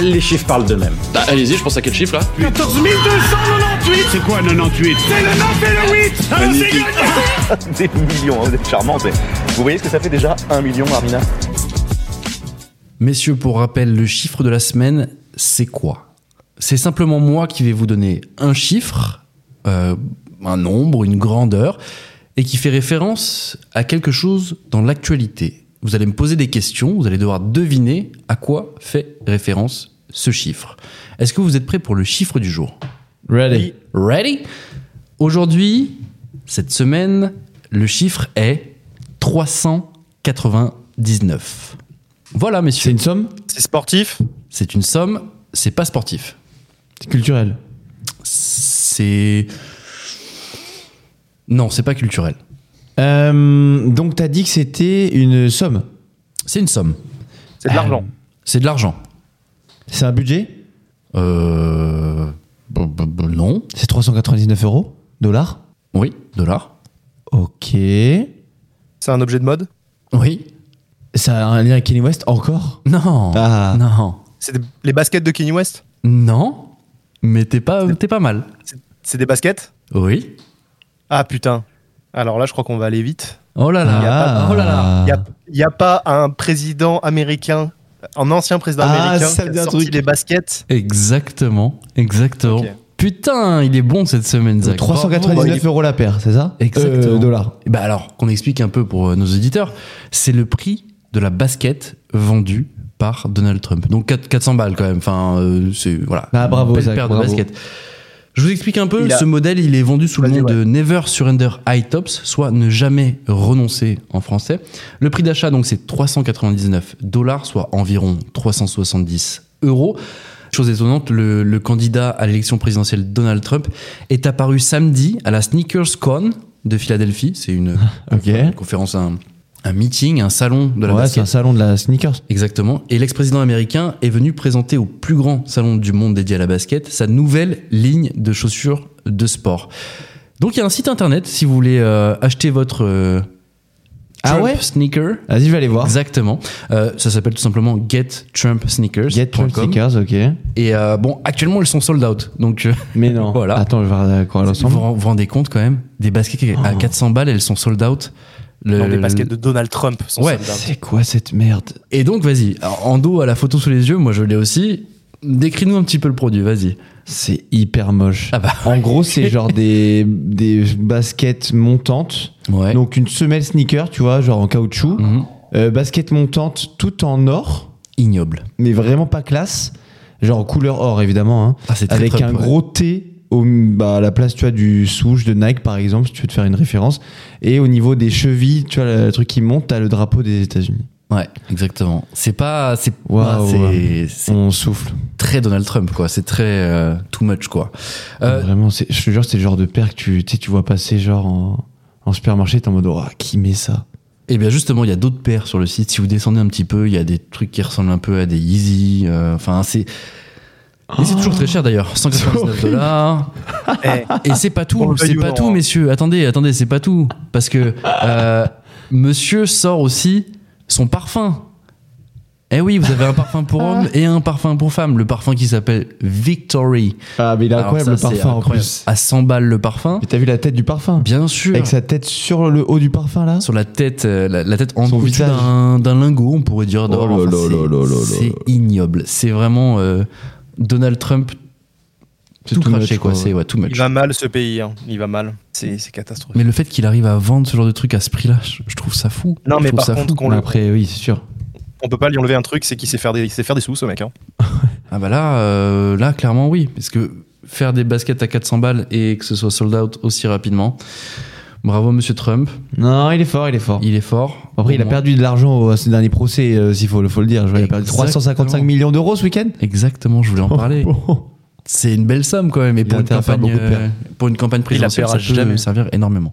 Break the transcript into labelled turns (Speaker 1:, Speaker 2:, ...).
Speaker 1: les chiffres parlent d'eux-mêmes.
Speaker 2: Bah, allez-y, je pense à quel chiffre là
Speaker 3: 14 298
Speaker 4: C'est quoi 98
Speaker 3: C'est le 9 et le 8 Alors c'est
Speaker 5: Des
Speaker 3: gagné
Speaker 5: millions, hein, vous êtes charmants. mais Vous voyez ce que ça fait déjà Un million, Armina
Speaker 6: Messieurs, pour rappel, le chiffre de la semaine, c'est quoi C'est simplement moi qui vais vous donner un chiffre, euh, un nombre, une grandeur, et qui fait référence à quelque chose dans l'actualité. Vous allez me poser des questions, vous allez devoir deviner à quoi fait référence ce chiffre. Est-ce que vous êtes prêts pour le chiffre du jour
Speaker 7: Ready.
Speaker 6: Ready Aujourd'hui, cette semaine, le chiffre est 399. Voilà,
Speaker 7: C'est
Speaker 6: messieurs.
Speaker 7: une somme
Speaker 8: C'est sportif
Speaker 6: C'est une somme, c'est pas sportif.
Speaker 7: C'est culturel.
Speaker 6: C'est. Non, c'est pas culturel.
Speaker 7: Euh, donc t'as dit que c'était une somme.
Speaker 6: C'est une somme.
Speaker 7: Ah.
Speaker 5: C'est de l'argent.
Speaker 6: C'est de l'argent.
Speaker 7: C'est un budget
Speaker 6: Euh. b- b- b- Non.
Speaker 7: C'est 399 euros Dollars
Speaker 6: Oui, dollars.
Speaker 7: Ok. Ça
Speaker 8: C'est un objet de mode
Speaker 6: Oui.
Speaker 7: a un lien avec Kenny West encore
Speaker 6: Non.
Speaker 7: Ah.
Speaker 6: Non.
Speaker 8: C'est des- les baskets de Kenny West
Speaker 6: Non. Mais t'es pas, t'es pas mal.
Speaker 8: C'est des baskets
Speaker 6: Oui.
Speaker 8: Ah putain. Alors là, je crois qu'on va aller vite.
Speaker 6: Oh là là.
Speaker 7: Ah.
Speaker 6: Oh là là.
Speaker 8: Il n'y a, pas un président américain, un ancien président
Speaker 7: Ah,
Speaker 8: américain
Speaker 7: ça
Speaker 8: qui
Speaker 7: me dit
Speaker 8: a
Speaker 7: un
Speaker 8: sorti
Speaker 7: truc.
Speaker 8: les baskets.
Speaker 6: Exactement. Exactement.
Speaker 8: Ok.
Speaker 6: Putain, il est bon cette semaine,
Speaker 7: Euh,
Speaker 6: Zach. Bravo.
Speaker 7: 399 euros la paire, c'est ça
Speaker 6: Exactement.
Speaker 7: Euh, dollars.
Speaker 6: Eh ben alors, qu'on explique un peu pour euh, nos auditeurs, c'est le prix de la basket vendue par Donald Trump. Donc quatre- 400 balles quand même. Enfin, euh, c'est voilà.
Speaker 7: Ah, bravo,
Speaker 6: Une belle
Speaker 7: Zach,
Speaker 6: paire de
Speaker 7: bravo.
Speaker 6: basket. Je vous explique un peu.
Speaker 8: Il a-
Speaker 6: Ce modèle, il est vendu sous le
Speaker 8: Vas-y,
Speaker 6: nom
Speaker 8: ouais.
Speaker 6: de Never Surrender High Tops, soit ne jamais renoncer en français. Le prix d'achat, donc, c'est 399 dollars, soit environ 370 euros. Chose étonnante, le, le candidat à l'élection présidentielle Donald Trump est apparu samedi à la Sneakers Con de Philadelphie. C'est une,
Speaker 7: Ok.
Speaker 6: une conférence, un, un meeting, un salon de la
Speaker 7: ouais, c'est
Speaker 6: basket.
Speaker 7: un salon de la sneakers.
Speaker 6: Exactement. Et l'ex-président américain est venu présenter au plus grand salon du monde dédié à la basket sa nouvelle ligne de chaussures de sport. Donc il y a un site internet si vous voulez euh, acheter votre euh,
Speaker 7: Ah
Speaker 6: Trump
Speaker 7: ouais
Speaker 6: sneaker.
Speaker 7: Vas-y, je vais aller voir.
Speaker 6: Exactement. Euh, ça s'appelle tout simplement gettrumpsneakers.com.
Speaker 7: Get Trump sneakers, ok.
Speaker 6: Et euh, bon, actuellement, elles sont sold out. Donc, euh,
Speaker 7: Mais non.
Speaker 6: Voilà.
Speaker 7: Attends, je vais regarder à quoi elles
Speaker 6: vous
Speaker 7: ressemblent.
Speaker 6: vous rendez compte quand même Des baskets à 400 balles, elles sont sold out. Le-
Speaker 7: Euh,
Speaker 8: Non, des baskets de Donald Trump. sont
Speaker 6: Ouais.
Speaker 8: sold out.
Speaker 7: C'est quoi cette merde
Speaker 6: Et donc, vas-y, en dos à la photo sous les yeux, moi je l'ai aussi. Décris-nous un petit peu le produit, vas-y.
Speaker 7: C'est hyper moche.
Speaker 6: Ah bah.
Speaker 7: En gros, c'est genre des, des baskets montantes.
Speaker 6: Ouais.
Speaker 7: Donc une semelle sneaker, tu vois, genre en caoutchouc.
Speaker 6: Mhm.
Speaker 7: Euh, basket montante tout en or,
Speaker 6: Ignoble.
Speaker 7: mais vraiment pas classe. Genre en couleur or, évidemment. hein.
Speaker 6: Ah, c'est très
Speaker 7: avec
Speaker 6: Trump,
Speaker 7: un
Speaker 6: ouais.
Speaker 7: gros T au, bah, à la place tu vois, du souche de Nike, par exemple, si tu veux te faire une référence. Et au niveau des chevilles, tu vois, le, truc qui monte, t'as le drapeau des États-Unis.
Speaker 6: Ouais, exactement. C'est pas. C'est
Speaker 7: Waouh,
Speaker 6: ouais, c'est-
Speaker 7: ouais.
Speaker 6: c'est
Speaker 7: On souffle.
Speaker 6: très Donald Trump, quoi. C'est très euh, too much, quoi. Euh,
Speaker 7: Vraiment, c'est- je te jure, c'est le genre de paire que tu, tu sais, tu vois passer genre en, en supermarché, t'es en mode, oh, qui met ça
Speaker 6: Et Eh bien justement, il y a d'autres paires sur le site. Si vous descendez un petit peu, il y a des trucs qui ressemblent un peu à des Yeezy. euh, Enfin, c'est. Mais c'est toujours très cher
Speaker 7: Ah.
Speaker 6: d'ailleurs, 199 dollars.
Speaker 8: Eh,
Speaker 6: Et c'est pas
Speaker 8: On
Speaker 6: tout,
Speaker 7: bah,
Speaker 8: le
Speaker 6: c'est
Speaker 8: veuille ou
Speaker 6: pas
Speaker 8: non,
Speaker 6: tout,
Speaker 8: hein.
Speaker 6: messieurs. Attendez, attendez, c'est pas tout. Parce que euh, monsieur sort aussi son parfum. Eh oui, vous avez un parfum
Speaker 7: Ah.
Speaker 6: pour homme et un parfum pour femme. Le parfum qui s'appelle Victory.
Speaker 7: Ah, mais il est
Speaker 6: Alors
Speaker 7: incroyable
Speaker 6: ça,
Speaker 7: le
Speaker 6: c'est
Speaker 7: parfum en
Speaker 6: incroyable.
Speaker 7: plus.
Speaker 6: À 100 balles le parfum.
Speaker 7: Mais t'as vu la tête du parfum
Speaker 6: Bien sûr.
Speaker 7: Avec sa tête sur le haut du parfum là
Speaker 6: Sur la tête, euh, la, la tête enduite
Speaker 7: visage. Oh
Speaker 6: d'un d'un lingot, on pourrait dire. d'or.
Speaker 7: là
Speaker 6: Enfin,
Speaker 7: là
Speaker 6: c'est-
Speaker 7: là là là là.
Speaker 6: c'est ignoble. C'est vraiment euh, Donald Trump
Speaker 7: C'est
Speaker 6: tout
Speaker 7: too much,
Speaker 6: craché, quoi.
Speaker 7: quoi,
Speaker 6: C'est ouais, too much.
Speaker 8: Il va mal ce pays. hein. Il va mal. C'est c'est catastrophique.
Speaker 6: Mais le fait qu'il arrive à vendre ce genre de truc à ce prix-là, je, je trouve ça fou.
Speaker 8: Non,
Speaker 6: Je
Speaker 8: mais
Speaker 6: trouve
Speaker 8: par
Speaker 6: ça
Speaker 8: contre,
Speaker 6: fou.
Speaker 8: qu'on
Speaker 7: Mais
Speaker 8: le-
Speaker 7: Après, oui, c'est sûr.
Speaker 8: on peut pas lui enlever un truc, c'est qu'il sait faire des, il sait faire des sous, ce mec. hein.
Speaker 6: Ah bah là, euh, là, clairement, oui. Parce que faire des baskets à 400 balles et que ce soit sold out aussi rapidement, bravo, monsieur Trump.
Speaker 7: Non, il est fort, il est fort.
Speaker 6: Il est fort.
Speaker 7: Après, il a
Speaker 6: Au moins.
Speaker 7: perdu de l'argent au- à ce dernier procès, euh, s'il faut, le- faut le dire. Je vois, il a perdu
Speaker 6: Exactement.
Speaker 7: 355 millions d'euros ce week-end.
Speaker 6: Exactement, je voulais en parler.
Speaker 7: Bon.
Speaker 6: C'est une belle somme quand même. Et
Speaker 7: Il
Speaker 6: pour
Speaker 7: a
Speaker 6: une,
Speaker 7: intérêt à faire
Speaker 6: campagne,
Speaker 7: beaucoup de
Speaker 6: euh,
Speaker 7: pertes.
Speaker 6: pour une campagne présidentielle,
Speaker 8: paiera
Speaker 6: ça peut
Speaker 8: jamais.
Speaker 6: servir énormément.